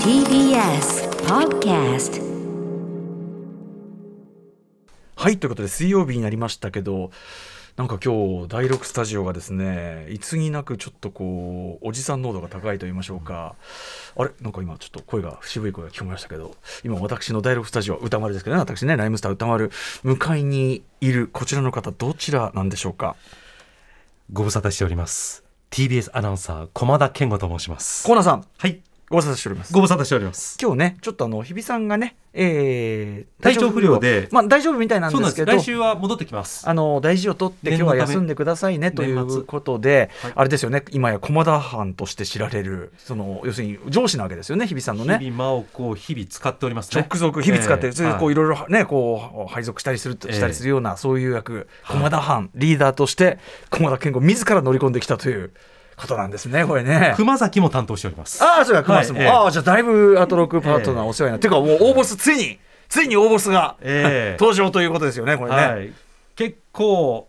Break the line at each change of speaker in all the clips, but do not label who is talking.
TBS Podcast
はいということで水曜日になりましたけどなんか今日第6スタジオがですねいつになくちょっとこうおじさん濃度が高いと言いましょうか、あれなんか今ちょっと声が渋い声が聞こえましたけど今私の第6スタジオ歌丸ですけどね私ねライムスター歌丸向かいにいるこちらの方どちらなんでしょうか
ご無沙汰しております。TBS アナウンサー、駒田健吾と申します。
コーナーさん
はい。
ご無沙汰しております
ご無沙汰しております。
今日ねちょっとあの日比さんがね、えー、
体調不良で
まあ大丈夫みたいなん
そう
で
なん
す
です。
けど
来週は戻ってきます。
あの大事を取って今
念
日
の
は
ため
休んでくださいねとい
年末
うことで、
はい
あれですよね今や駒田藩として知られるその要するに上司なわけですよね日比さんのね
日々真央子を日々使っておりますね。
直属日々使って、
ええ
それでこ
は
う
い
いろいろねこう配属したりすると
ええ
したりするような、そういう役駒田藩リーダーとして駒田健吾自ら乗り込んできたということなんですねこれね。
熊崎も担当しております。
ああそうや熊さんも、
はいええ
ああじゃあだいぶアトロックパートナーお世話になって、ていうかもう大ボスついについに大ボスが、
ええ
登場ということですよねこれね。
はい。結構、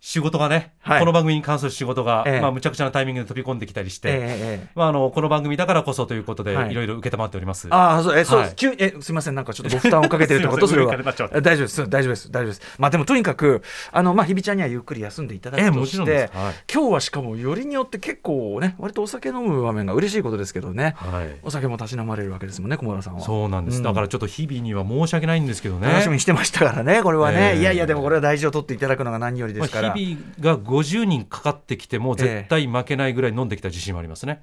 仕事がね、
はい
この番組に関する仕事が、
ええ
まあ、むちゃくちゃなタイミングで飛び込んできたりし
えええ
て、
えええ
まあ、あの、この番組だからこそということで、
はい
いろいろ受けたまっております。
ああ、そう、え、そう、
はい
急にえ、すみません、なんかちょっとご負担をかけてるってこと
す
そ
いません
れは
上からなっちゃっ。た
え大丈夫です、大丈夫です、大丈夫です。まあ、でも、とにかく、あの、まあ、ひびちゃんにはゆっくり休んでいただ
ええ
くと
もち
し
ろん
て
ですはい。
今日はしかも、よりによって、結構ね、割とお酒飲む場面が嬉しいことですけどね。
はい。
お酒もたしなまれるわけですもんね、小村さんは。
そうなんです。だからちょっと日々には申し訳ないんですけどね。
楽しみにしてましたからね、これはね、
ええ
いやいや、でも、これは大事を取っていただくのが何よりで
まあ
すから。
日々が50人かかってきても絶対負けないぐらい飲んできた自信もありますね。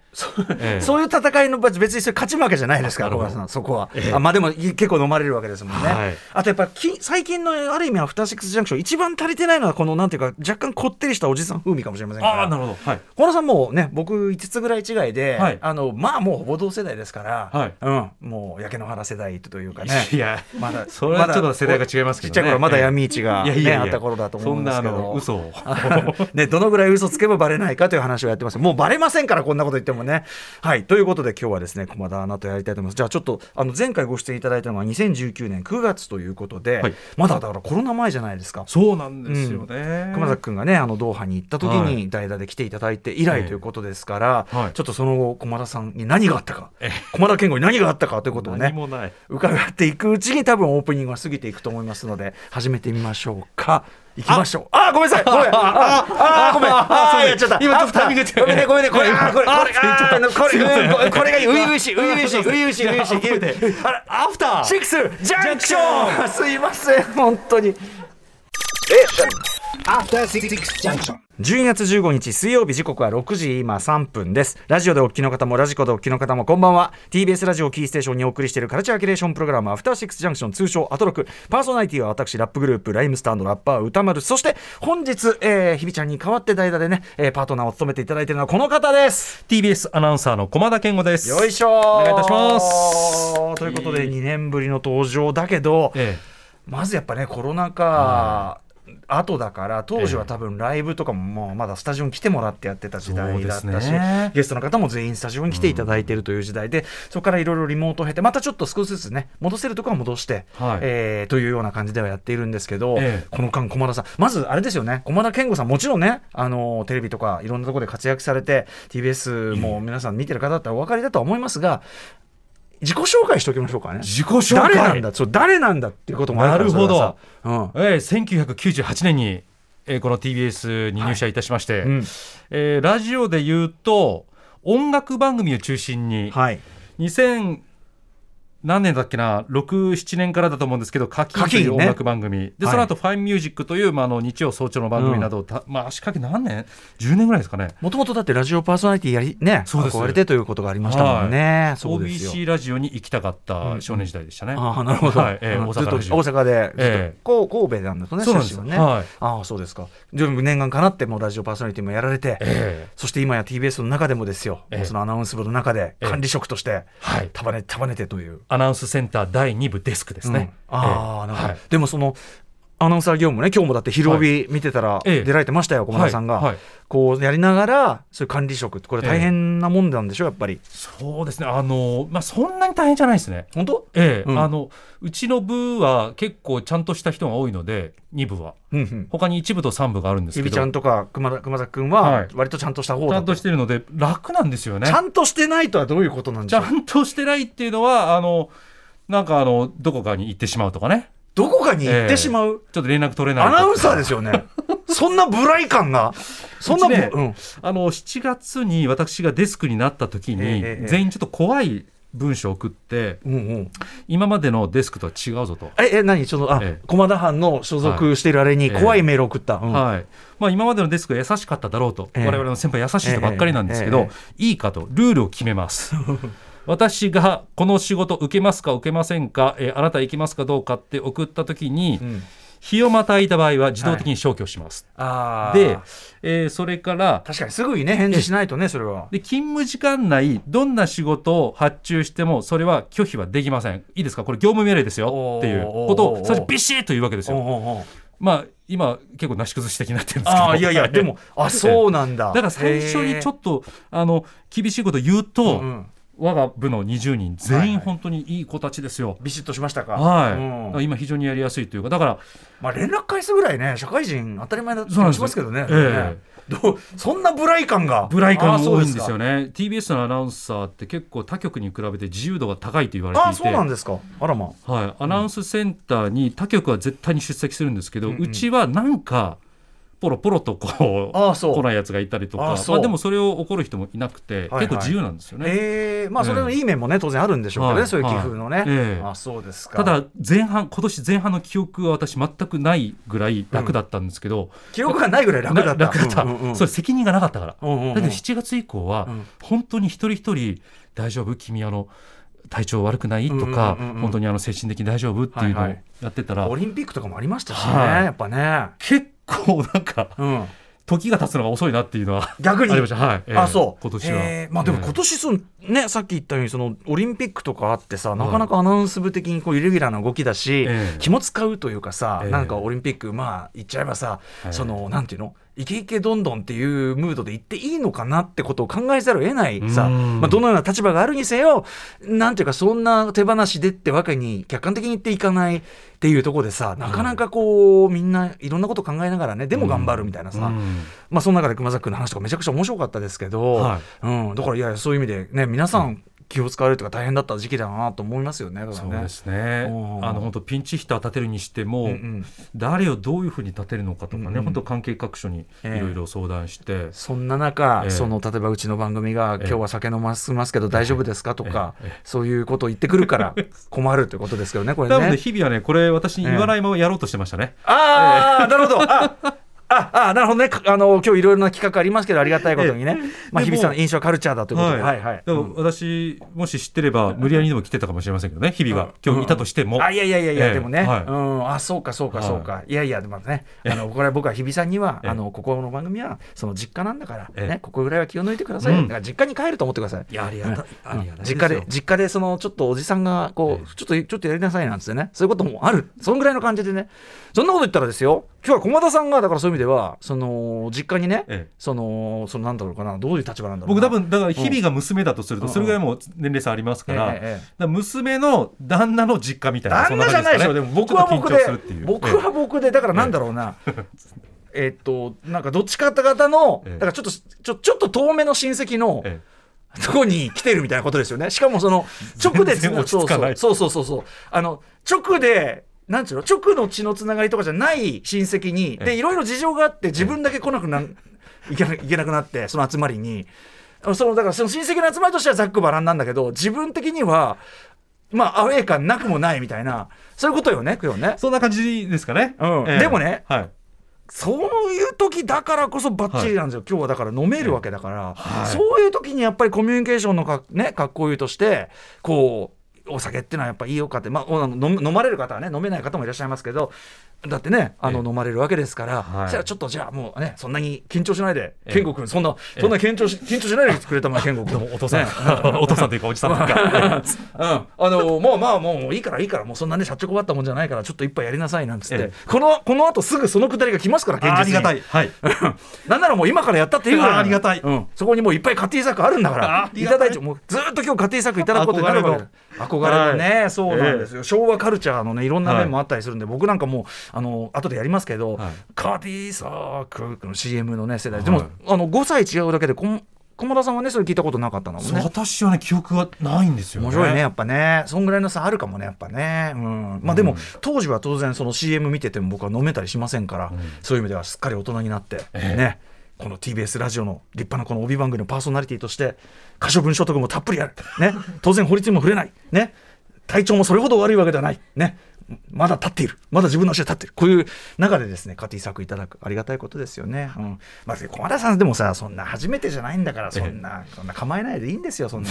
ええ
そういう戦いの場別にそれ勝ち負けじゃないですから、
なる
小
ほど
川さん、そこは。あまあでもい結構飲まれるわけですもんね。
はい
あとやっぱき最近のある意味、アフターシックスジャンクション、一番足りてないのは、このなんていうか、若干こってりしたおじさん風味かもしれませんから。
ああなるほど。はい。
小野さんもうね僕5つぐらい違いで、
はい
あのまあもうほぼ同世代ですから、
はい
うん、もう焼け野原世代というかね
いや
ま だ
それはちょっと世代が違いますけ
ちっ
どね
ちゃい頃はまだ闇市が、ね
いやいやいや
あった頃だと思うんですけど
そんなあの嘘を
ね、どのぐらい嘘つけばバレないかという話をやってますもうバレませんからこんなこと言ってもねはいということで今日はですね駒田アナとやりたいと思いますじゃあちょっとあの前回ご出演いただいたのは2019年9月ということで、
はい
まだだからコロナ前じゃないですか
そうなん
ですよ
ね
熊崎君がねあのドーハに行った時
はい
に代打で来ていただいて以来ということですから、
ええはい
ちょっとその後駒田さんに何があったか、駒田健吾に何があったかということを
何
ね
もない。
伺っていくうちに多分オープニングは過ぎていくと思いますので始めてみましょうか。行きましょう。ああごめんなさい。ごめん。あああごめん。ああやっちゃった。
今ちょっとタイミング違う
ごめんねごめんねこれあーこれこ
あ
れあーあのこ
すいません
れこれがいい。ウイウイしウイウイしウイウイしウイウイし。あら
アフター
シックスジャンクション。すいません本当に。
After Six Junction.
12月15日水曜日時刻は6時今3分ですラジオでお聞きの方もラジコでお聞きの方もこんばんは TBS ラジオをキーステーションにお送りしているカルチャーキュレーションプログラムアフターシックスジャンクション通称アトロクパーソナリティは私ラップグループライムスターのラッパー歌丸そして本日、えー、ひびちゃんに代わって代打でね、えーパートナーを務めていただいているのはこの方です
TBS アナウンサーの駒田健吾です。
よいしょー
お願いいたします
ということで2年ぶりの登場だけど、
え
まずやっぱねコロナ禍後だから当時は多分ライブとかももうまだスタジオに来てもらってやってた時代だっ
そう
た
で
し、
すね
ゲストの方も全員スタジオに来ていただいてるという時代で、そこからいろいろリモートを経てまたちょっと少しずつね戻せるとこは戻して、
はい
えーというような感じではやっているんですけど、
ええ
この間駒田さんまずあれですよね駒田健吾さんもちろんねあのテレビとかいろんなところで活躍されて TBS も皆さん見てる方だったらお分かりだとは思いますが自己紹介しておきましょうかね。
自己紹介
誰なんだそう誰なんだっていうこともあるから
なるほど
それはさ
ええ1998年に、えーこの TBS に入社いたしまして、
うんうん
えーラジオで言うと音楽番組を中心に、
はい
2000何年だっけな67年からだと思うんですけど「課金」とい
課金
う
ね
音楽番組、で
はい
その後ファインミュージック」という、まあ、あの日曜早朝の番組などをた、まあ、足掛け何年 ?10 年ぐらいですかね
もともとだってラジオパーソナリティやりね
そうです
憧れてということがありましたもんね、そうですよ
OBC ラジオに行きたかった少年時代でしたね、
ああなるほど、
はいええ
うん
大
ずっ
阪
と大
ラジオ
阪でずっと、
ええ
こう神戸なんですよね
そうなんです
出身はね、
はい
ああそうですかでも念願かなってもうラジオパーソナリティもやられて、
ええ
そして今や TBS の中でもですよ、
ええ
もうそのアナウンス部の中で
ええ
管理職として
はい
束ね束ねてという
アナウンスセンター第2部デスクですね、
うんああ、
え
な
え
るほど、
はい
でもそのアナウンサー業務ね今日もだって昼帯見てたら
ええ
出られてましたよ、小村さんが、
はいはい
こうやりながらそういう管理職ってこれ大変なもんなんでしょやっぱり
そうですねあの、まあ、そんなに大変じゃないですね。
本当
ええ
うん
あのうちの部は結構ちゃんとした人が多いので2部は
うんうん
他に1部と3部があるんです
ゆ
け
びち
ど
ゃんとか熊田熊崎君は
はい
割とちゃんとした方
ちゃ
だ
んと
と、
してるので楽なんですよね
ちゃんとしてないとはどういうことなんで
ち
しょう
ゃんとしてないっていうのはあのなんかあのどこかに行ってしまうとかね
どこかに行ってしまう、
ちょっと連絡取れない
ア
とか
ナウンサーですよ ねそんな無頼感がそんな
うちね
うん
あの7月に私がデスクになった時
ええ
に
ええ
全員ちょっと怖い文章を送って
うんうん、
今までのデスクとは違うぞと。
ええ何そのあ、
ええ
駒田藩の所属しているあれに
はい
怖いメールを送った、うん
はいまあ、今までのデスクは優しかっただろうと、
ええ
我々の先輩優しい人ばっかりなんですけ
ええ、
どいいかとルールを決めます 私がこの仕事受けますか受けませんか、えーあなた行きますかどうかって送った時に、
うん
日をまたいだ場合は自動的に消去します、
あー
で、えーそれから
確かにすぐにね返事しないとねそれは
で勤務時間内どんな仕事を発注してもそれは拒否はできませんいいですかこれ業務命令ですよっていうこと
おーおーお
を
ー
最初ビシッと言うわけです
おう
よ
おうおう
まあ今結構なし崩し的になってるんですけど
ああいやいやでもあそうなんだ
だから最初にちょ
と
っとあの厳しいこと言うと、
うん、
我が部の20人全
はい
員
はい
本当にいい子たちですよ。
ビシッとしましたか
はいだか
う
ら
ん
今非常にやりやすいというかだから
まあ、連絡返すぐらいね社会人当たり前だと
そうなんです
しますけどね
え
どうそんな無頼感が
ブライカ
あー
ーが
そう
多いんですよ
ね
ね TBS のアナウンサーって結構他局に比べて自由度が高いと言われ
ああ
ていて
そうなんですかあらまあ
はい、アナウンスセンターに他局は絶対に出席するんですけど、
う
うん
うん
ちはなんかポロポロとこう
ああそう
来ないやつがいたりとか
あそう
まあ、でもそれを怒る人もいなくて、
はい
結構自由なんですよね。
ええまあそれのいい面もね当然あるんでしょうけどね、
はい
そういう寄付のね、
はいええ
あそうですか
ただ前半今年前半の記憶は私全くないぐらい楽だったんですけど、
記憶がないぐらい楽だった
な楽だった、
うんうんうん
それ責任がなかったから、
うんうんうん
だけど7月以降は
うん
本当に一人一人「大丈夫君あの体調悪くない?」とか、
うんうんうんうん
本当にあの精神的に大丈夫?」っていうの
は
を
いはい
やってたら、
オリンピックとかもありましたしね、
はい
やっぱね
結構なんか
うん
時が経つのが遅いなってい うのは
逆に
ありましたはい、ええ
あそう
今年は、
えーまあ、でも今
え
年その、ね、さっき言ったようにそのオリンピックとかあってさなかなかアナウンス部的にこうイレギュラーな動きだし、
ええ
気も使うというかさ、
ええ
なんかオリンピックまあ言っちゃえばさ、
ええ
そのなんていうのイケイケどんどんっていうムードで行っていいのかなってことを考えざるを得ないさ、
うん
まあ、どのような立場があるにせよなんていうかそんな手放しでってわけに客観的に言っていかないっていうところでさなかなかこう、みんないろんなこと考えながらねでも頑張るみたいなさ、
うん
まあ、その中で熊崎君の話とかめちゃくちゃ面白かったですけど、
は
うん、だからいやそういう意味で、ね、皆さん気を使われるというか大変だった時期だなと思いますよね。だから
そう
ね
ですね
おう
あの本当ピンチヒッター立てるにしても、
うんうん
誰をどういうふうに立てるのかとかね、
うんうん
本当関係各所にいろいろ相談して、
そんな中、
ええ
その例えばうちの番組が、
ええ
今日は酒飲ませますけど大丈夫ですかとか、
えええ
そういうことを言ってくるから 困るということですけどね、これ
多分
ね
ね。日々はねこれ私に言わないままやろうとしてましたね、
ああ、なるほど。あああなるほどね、かあの今日いろいろな企画ありますけど、ありがたいことにね、まあ、
で
日
も
比さんの印象はカルチャーだということで、はいはい
だから私もし知ってれば無理やりでも来てたかもしれませんけどね日々が今日いたとしても、
あいやいやいやいや、
ええ
でもね、
はい
うんあそうかそうかそうか、い、やいやでもねあのこれは僕は日比さんには、
ええ
あのここの番組はその実家なんだから、
ええ
ねここぐらいは気を抜いてくださいよ、
うん
だから実家に帰ると思ってください。
いやありがたいありがたいす
実
よ
家で実家でそのちょっとおじさんがこう、ちょっとちょっとやりなさいなんつってねそういうこともあるそんぐらいの感じでねそんなこと言ったらですよ今日は駒田さんがだからそういう意味ではその実家にね、
ええ
そのそのなんだろうかなどういう立場なんだろう
僕
な
多分だから日々が娘だとすると
うん
それぐらいもう年齢差ありますから,、
ええええ
だから娘の旦那の実家みたいな
旦那じゃないでしょ、でも僕は僕で、僕は僕で、だからなんだろう な。えっと、なんかどっちか方の、
ええ
だからちょっと、ちょ、ちょっと遠めの親戚の。 とこに来てるみたいなことですよね。しかもその直でつ
全然落ち着かない
そうそうそうそうそうあの直で。なんちゅうの直の血のつながりとかじゃない親戚に
え
で
え
いろいろ事情があって自分だけ来なく なんいけないけなくなってその集まりにあのそのだからその親戚の集まりとしてはざっくばらんなんだけど自分的にはまあアウェー感なくもないみたいなそういうことよね今日ね
そんな感じですかね、
うんでもね
はい、
そういう時だからこそバッチリなんですよ、今日はだから飲めるわけだから、
はい
そういう時にやっぱりコミュニケーションのか,、ね、かっこいいとしてこうお酒ってのはやっぱいいよかって、まあ、お飲む飲まれる方はね飲めない方もいらっしゃいますけどだってねあ
え
の
え
飲まれるわけですから、
は
そ
い
したらちょっとじゃあもうねそんなに緊張しないで、
ええ
健吾君そんな、そんな緊張し緊張しないでくれた まえ健吾君
お父さん、 お父さんというかおじさんというか、
うん、あのもうまあもういいからいいからもうそんなねしゃっちょこばったもんじゃないからちょっと一杯やりなさいなんつって、
ええ
このこの後すぐそのくだりが来ますから現実に
ありがたい、はい、
なんならもう今からやったっていうぐらい
あありがたい
うんそこにもういっぱい家庭作あるんだか
ああ
ら
り
い
がた
た
い
だいてもうずーっと今日家庭作いただくことになるわけだ憧れのね、そうなんですよ、昭和カルチャーのねいろんな面もあったりするんで、僕なんかもうあの後でやりますけど、
はい
カティサークの CM のね世代、
はい
でもあの5歳違うだけでこん駒田さんはねそれ聞いたことなかったのもん
そう
ね
私はね記憶がないんですよね。
面白いねやっぱねそんぐらいの差あるかもねやっぱね、うん、まあでも、当時は当然その CM 見てても僕は飲めたりしませんから、そういう意味ではすっかり大人になって、ねこの TBS ラジオの立派なこの帯番組のパーソナリティとして可処分所得もたっぷりやる、ね、 当然法律にも触れない、ね、体調もそれほど悪いわけではない、ね、まだ立っているまだ自分の足で立っているこういう中でですね家庭作いただくありがたいことですよね、うんまあ、駒田さんでもさそんな初めてじゃないんだからそんなそんな構えないでいいん ですよそんな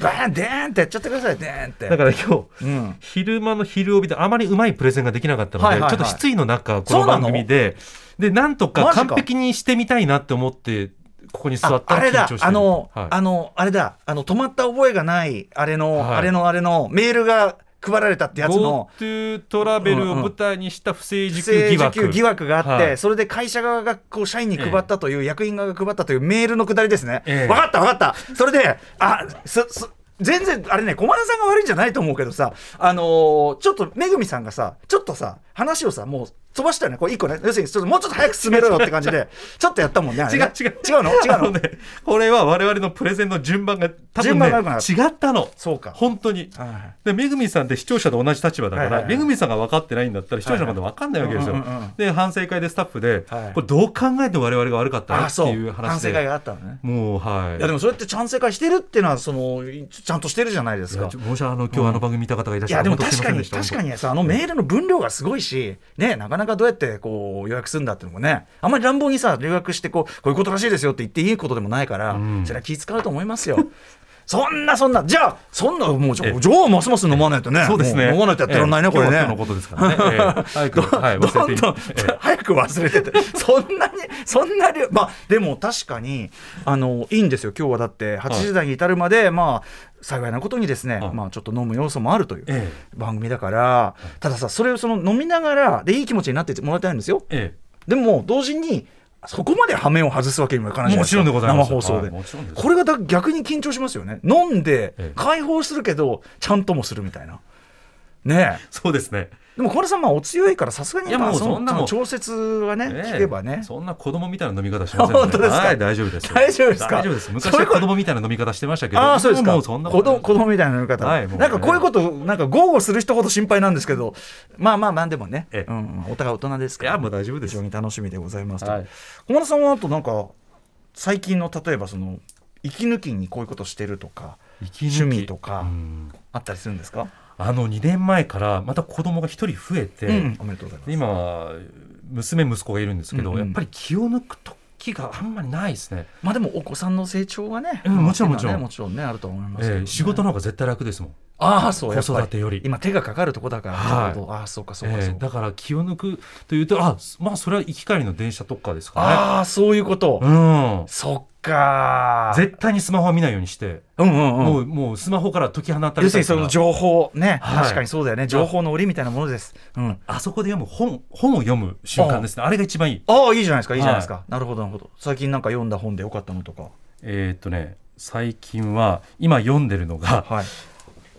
バーンデーンってやっちゃってくださいデーンって
だから今日、
うん
昼間の昼帯であまりうまいプレゼンができなかったので、
はいはいはい
ちょっと失意の中こ
そ
の
うなの
番組ででなんとか
マジか
完璧にしてみたいなって思ってここに座
あ
った
あ
ら
れ
緊張
だ
してる
あの、
はい
あのあれだあの止まった覚えがないあれの、
はい
あれのあれのメールが配られたってやつの
GoTo トラベルを舞台にした不正
不
受給
正
疑
受
惑
給疑惑があって、
はい
それで会社側がこう社員に配ったという、役員側が配ったというメールのくだりですね、
ええ
分かった分かったそれであすす全然あれね駒田さんが悪いんじゃないと思うけどさあのーちょっとめぐみさんがさちょっとさ話をさもう飛ばしたよねこう一個ね要するにちょっともうちょっと早く進めろよって感じ でちょっとやったもんねあ
違
れ
う
ね
違う
違う の違
あ
うの
のねこれは我々のプレゼンの順番が多分
順番
ね
が良くなかった
違ったの
そうか
本当に
はい
でめぐみさんって視聴者と同じ立場だか
は
ら、
いはいはい
めぐみさんが分かってないんだったら視聴者の方分かんないわけですよ、
はいはいうんうんうん
で反省会でスタッフで、
はい
これどう考えても我々が悪かったね
あ
って
そう
いう
反
話
省
で
会があったのね
もうはい
いやでもそれってちゃん正解してるっていうのはそのちゃんとしてるじゃないです
いや
か
ちょ。もしあの今日あの番組見た方がいらっ
い
しゃ
や
る
でも確かに確かにさあのメールの分量がすごいしねなかなかどうやってこう予約するんだっていうのもねあんまり乱暴にさ留学してこうこういうことらしいですよって言っていいことでもないから、
ん
それは気使うと思いますよ。 そんなそんなじゃあそんなもうじゃ
ええ
あじゃあますます飲まないとね
そうです
も
ね
う飲まないとやってらんないね、
ええ
これね
今日は今日のことですからね、 ええ早く、
ど
はい、忘れて
どんどん
ええ
早く忘れてて、そんなに、そんなに、まあ、でも確かに、あの、いいんですよ、今日はだって、8時台に至るまで、まあ、幸いなことにですね、
はい
まあ、ちょっと飲む要素もあるという
え
番組だから、たださ、それをその飲みながら、で、いい気持ちになってもらいたいんですよ。
え
でも、同時に、そこまで羽目を外すわけにもいかないじゃな
も
い
ちろんでございます
生放送で。
はいもちろんです
これがだ逆に緊張しますよね。飲んで
ええ、
解放するけど、ちゃんともするみたいな。ねえ。
そうですね
でも小原さんまあお強いからさすがにやっ
いや
ぱ
もう
その
そんなもん
その調節はね、
ええ
聞けばね
そんな子供みたいな飲み方しませんの
本当ですか
はい、大丈夫ですよ
大丈夫ですか
大丈夫です昔
そ
は
れこ
子供みたいな飲み方してましたけど
ああそうですか
もうそんな
子
こと
供子供みたいな飲み方、
はいもうね
なんかこういうことなんか豪語する人ほど心配なんですけどまあまあまあでもね、
ええ
うんうんお互い大人です
い
から
やもう大丈夫で
非
す
常
よ
に楽しみでございますと、
はい
小原さんはあとなんか最近の例えばその息抜きにこういうことしてるとか
息抜き
趣味とか
うん
あったりするんですか、
あの2年前からまた子供が1人増えて、
うんおめでとうございます
で今娘息子がいるんですけど、
うんうん
やっぱり気を抜く時があんまりないですね、
まあでもお子さんの成長はね、
うんもちろん
まあっていうのはね
も
もちろんねあると思いますけどね、
ええ仕事の方が絶対楽ですもん、
ああそうやっぱり
子育てより
今手がかかるとこだから、
は
な
い
るほどああそうかそうか
え
そう
え
か、
だから気を抜くというとあまあそれは行き帰りの電車とかですか
ああそういうこと、
ねうん
そっかー
絶対にスマホは見ないようにして、
うんうんうん
もうもうスマホから解き放た
要
れ
す
た
る
り
にその情報ね、
はい
確かにそうだよね情報の折みたいなものです、うん、
あそこで読む本本を読む瞬間ですねあれが一番いい
ああいいじゃないですかいいじゃないですか、なるほどなるほど最近なんか読んだ本でよかったのとか
えーっとね最近は今読んでるのが
はい、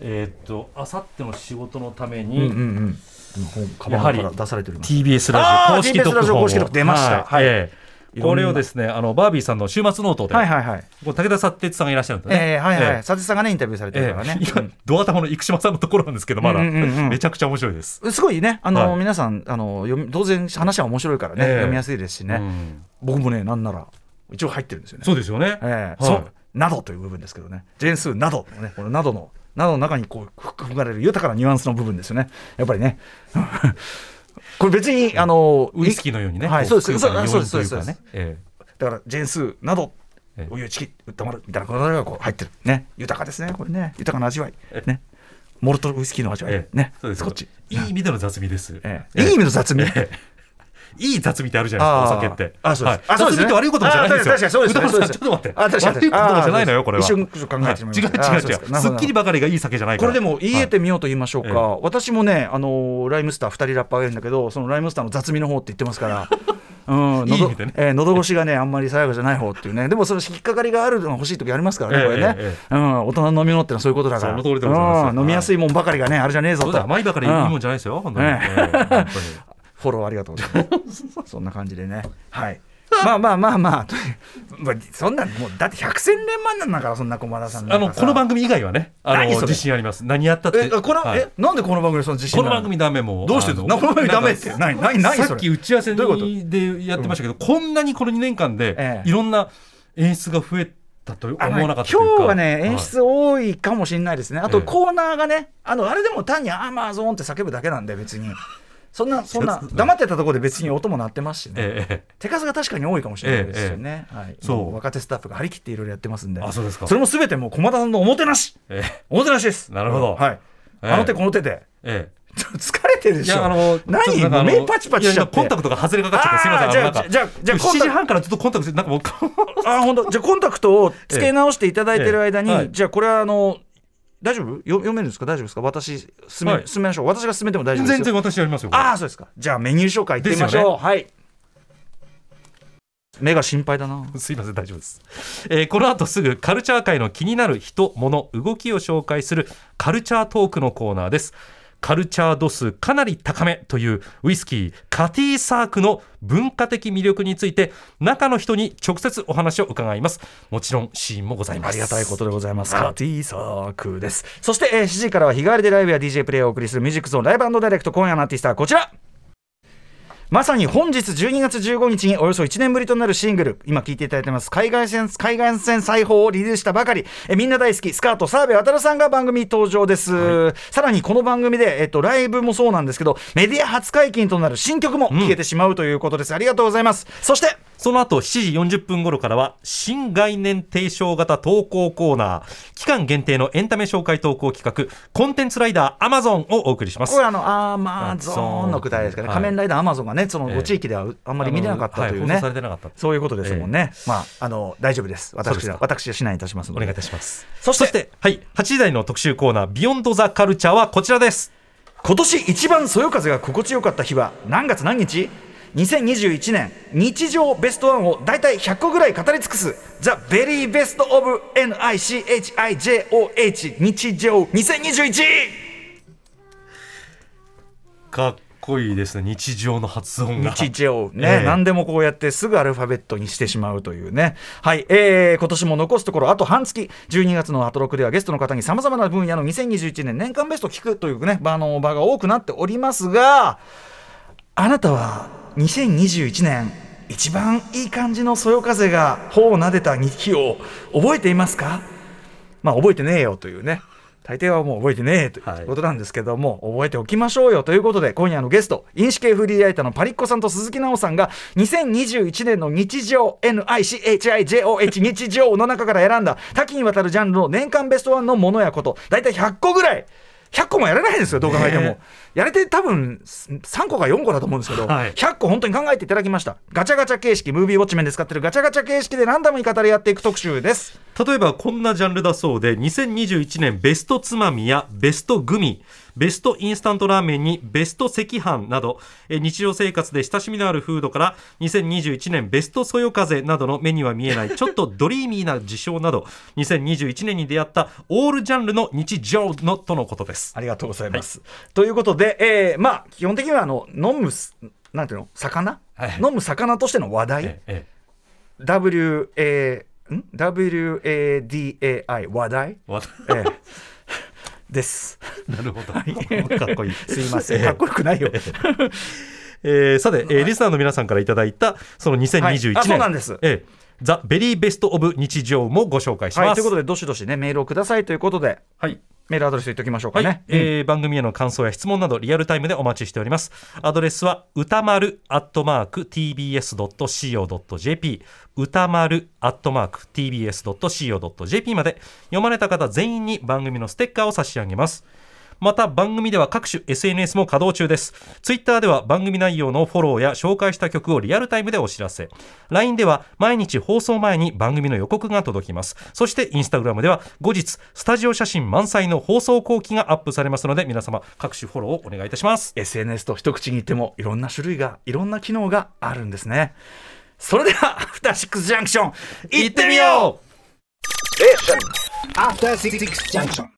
えーっとあさっての仕事のため
うん
に、
うんうん今本カ
や
バ
は
ン
り
から出されております
TBS ラ
あ
ジ
ー
オ公式
TBS
読
ラジオ
本を
公式読出ましたはい
ええ
いろんな
これをですねあのバービーさんの週末ノートで、
はいはいはい、
こう武田さってつさんがいらっしゃるんですね、
ええはいはい、
ええ
佐治さんがねインタビューされてる
え
から
え
ね、
いやドアタマの生島さんのところなんですけどまだ、
うんうんうんうん
めちゃくちゃ面白いです、
うんすごいねあの、
はい
皆さんあの読み当然話は面白いからね、
ええ
読みやすいですしね、
うん
僕もねなんなら一応入ってるんですよね。
そうですよね、
ええ
はい
そうなどという部分ですけどね全数などのねこのなどのなどの中にこう含まれる豊かなニュアンスの部分ですよねやっぱりね これ別にあの
ウイスキーのようにね、
はい
こ
そうです
空間に
そうです
余韻といか
そうですそうです
ねえ
だから全数など
ええ
お湯チキ打ってもらうみたいなことがこう入ってるね豊かですねこれね豊かな味わい
え
ねモルトウイスキーの味わい、
ええ
ね
そうです
こっち
いい意味での雑味です。
ええ
ええ
いい意味の雑味、
ええ いい雑味ってあるじゃないですか、お酒って。
あーあそうです。
はい
あそうです
雑味って悪いことじゃないですよ。
あ確かにそうです。
歌丸
そう
さ
で
ん
す
ちょっと待って。
あ確かに
悪いことじゃないのよ、
あ
これは。
一瞬ちょっと考えてみま
は
す
い違う違
あ
う
そう
違
で
う。
すか
すっきりばかりがいい酒じゃないか
こ
ら。
れでも言えてみようと言いましょうか、
は
私もね、あのーライムスター2人ラッパーがいるんだけどそのライムスターの雑味の方って言ってます から。うん、
いい意
喉
味でね
えー喉越しがねあんまり最後じゃない方っていうねでもそれ引っかかりがあるのが欲しい時ありますからね、
ええ
これね、
え
うん、大人の飲み物ってのはそういうことだから
その通りでございます
うん飲みやすいもんばかりがねあれじゃねえぞ
そうだ
と
甘いばかりいいもんじゃないですよ、本当に。
え
え
え
え本当に
フォローありがとうござ いますそんな感じでねはいまあまあまあまあというまあそんなんもうだって百戦錬磨なんだからそんな駒田さんな
あ
んか
の
さ
この番組以外はね、あの
何それ
自信あります。何やったって。
えこの、
はい
えなんでこの番組その自信
こ
な
の
の
番組ダメもう。
どうしてだ
あ
なこの番組ダメってないないない
さ
そ
っ
れ
き打ち合わせ
どういう
にでやってましたけど、こんなにこの2年間
え
で
え
いろんな演出が増えたと思
あ
わなかったというか。
今日はね、
い
演出多いかもしれないですね、あと
ええ
コーナーがね、あのあれでも単にアマゾンって叫ぶだけなんで、別に、そんな、そんな、黙ってたところで別に音も鳴ってますしね、
えええ
手数が確かに多いかもしれないですよね、はい、
そう
も若手スタッフが張り切っていろいろやってますんで、
あそうですか
れもすべてもう、駒田さんのおもてなし、
ええ
おもてなしです、
なるほど
はい、
ええ
あの手この手で、
ええ
ちょっと疲れてるで
い
しょ、
や、あの、ちょっと
何
なんかあの
目パチパチしちゃって、
いやコンタクトが外れかかっちゃって、すみません、
あーじゃあ
のなんか
じゃあじゃあコンタクト
7時半からずっとコンタクト、なんかも う、
あ本当じゃあコンタクトを付け直していただいてる間に、
ええはい
じゃあこれはあの大丈夫よ読めるんですか大丈夫ですか私進め,、
はい
進めましょう私が進めても大丈夫ですよ
全然私やりますよ。これ
ああそうですかじゃあメニュー紹介いってみましょう、
ですよ
はい目が心配だな
すいません、大丈夫です。えーこの後すぐカルチャー界の気になる人、物、動きを紹介するカルチャートークのコーナーです。カルチャー度数かなり高めというウイスキーカティーサークの文化的魅力について中の人に直接お話を伺いますもちろんシーンもございま
あ
す
りがたいことでございます。
はい
カティーサークです。そして、えー7時からは日替わりでライブや DJ プレイをお送りするミュージックゾーンライブダイレクト今夜のアーティストはこちらまさに本日12月15日におよそ1年ぶりとなるシングル、今聴いていただいてます、海外線、海岸線裁縫をリリースしたばかり、えーみんな大好き、スカート、澤部渉さんが番組に登場です。さらにこの番組で、えっと、ライブもそうなんですけど、メディア初解禁となる新曲も聴けてしまうということです。ありがとうございます。そして、
その後7時40分頃からは新概念提唱型投稿コーナー期間限定のエンタメ紹介投稿企画コンテンツライダー Amazon をお送りします
これあのアマゾンのくだりですかね、
はい
仮面ライダーアマゾンがね、その
ええ
ご地域ではあんまり見れなかったという
あの
ね、
はい放送されてなかった
そういうことですもんね、まああの大丈夫です、
そうで
私
す
は
か
私は指南いたしますの
お願いい
で、
たします
そして
はい8時台の特集コーナービヨンドザカルチャーはこちらです
今年一番そよ風が心地よかった日は、何月何日 ?2021 年、日常ベストワンを大体100個ぐらい語り尽くす、The Very Best of NICHIJOH 日常2021!
かっこいいですね日常の発音が
日常ね、
ええ
何でもこうやってすぐアルファベットにしてしまうというね、はいえー、今年も残すところあと半月12月の「ハトロク」ではゲストの方にさまざまな分野の2021年年間ベストを聞くというね場の場が多くなっておりますがあなたは2021年一番いい感じのそよ風が頬を撫でた日を覚えていますかまあ覚えてねえよというね大抵はもう覚えてねえということなんですけども、覚えておきましょうよということで今夜のゲスト飲酒系フリーライターのパリッコさんと鈴木奈緒さんが2021年の日常 NICHIJOH 日常の中から選んだ多岐にわたるジャンルの年間ベストワンのものやこと大体100個ぐらい100個もやれないですよどう考えても、
ね
やれて多分3個か4個だと思うんですけど、
はい
100個本当に考えていただきましたガチャガチャ形式ムービーウォッチメンで使ってるガチャガチャ形式でランダムに語り合っていく特集です
例えばこんなジャンルだそうで2021年ベストつまみやベストグミベストインスタントラーメンにベスト赤飯などえー日常生活で親しみのあるフードから2021年ベストそよ風などの目には見えないちょっとドリーミーな事象など2021年に出会ったオールジャンルの日常のとのことです。
ありがとうございます。ということで、えーまあ、基本的にはあの飲むす、なんていうの、魚、
はい
飲む魚としての話題、
ええ
W. A. ん W. A. D. A. I. 話題。
わ
えーです。
なるほど、かっこいい
すいませ
え
ん、
え
かっこよくないよ。
えーさて、えーリスナーの皆さんからいただいたその2021年、
はいあそうなんです
えーザ・ベリーベスト・オブ日常もご紹介します。
はい、ということで、どしどしね、メールをくださいということで、
はい
メールアドレス言っておきましょうか
はい
ね。
えー番組への感想や質問などリアルタイムでお待ちしておりますアドレスは歌丸アットマーク tbs.co.jp 歌丸アットマーク tbs.co.jp まで読まれた方全員に番組のステッカーを差し上げますまた番組では各種 SNS も稼働中ですツイッターでは番組内容のフォローや紹介した曲をリアルタイムでお知らせ LINE では毎日放送前に番組の予告が届きますそして Instagram では後日スタジオ写真満載の放送後期がアップされますので皆様各種フォローをお願いいたします
SNS と一口に言ってもいろんな種類がいろんな機能があるんですねそれでは「アフターシックスジャンクション」いってみよう
After Six Junction.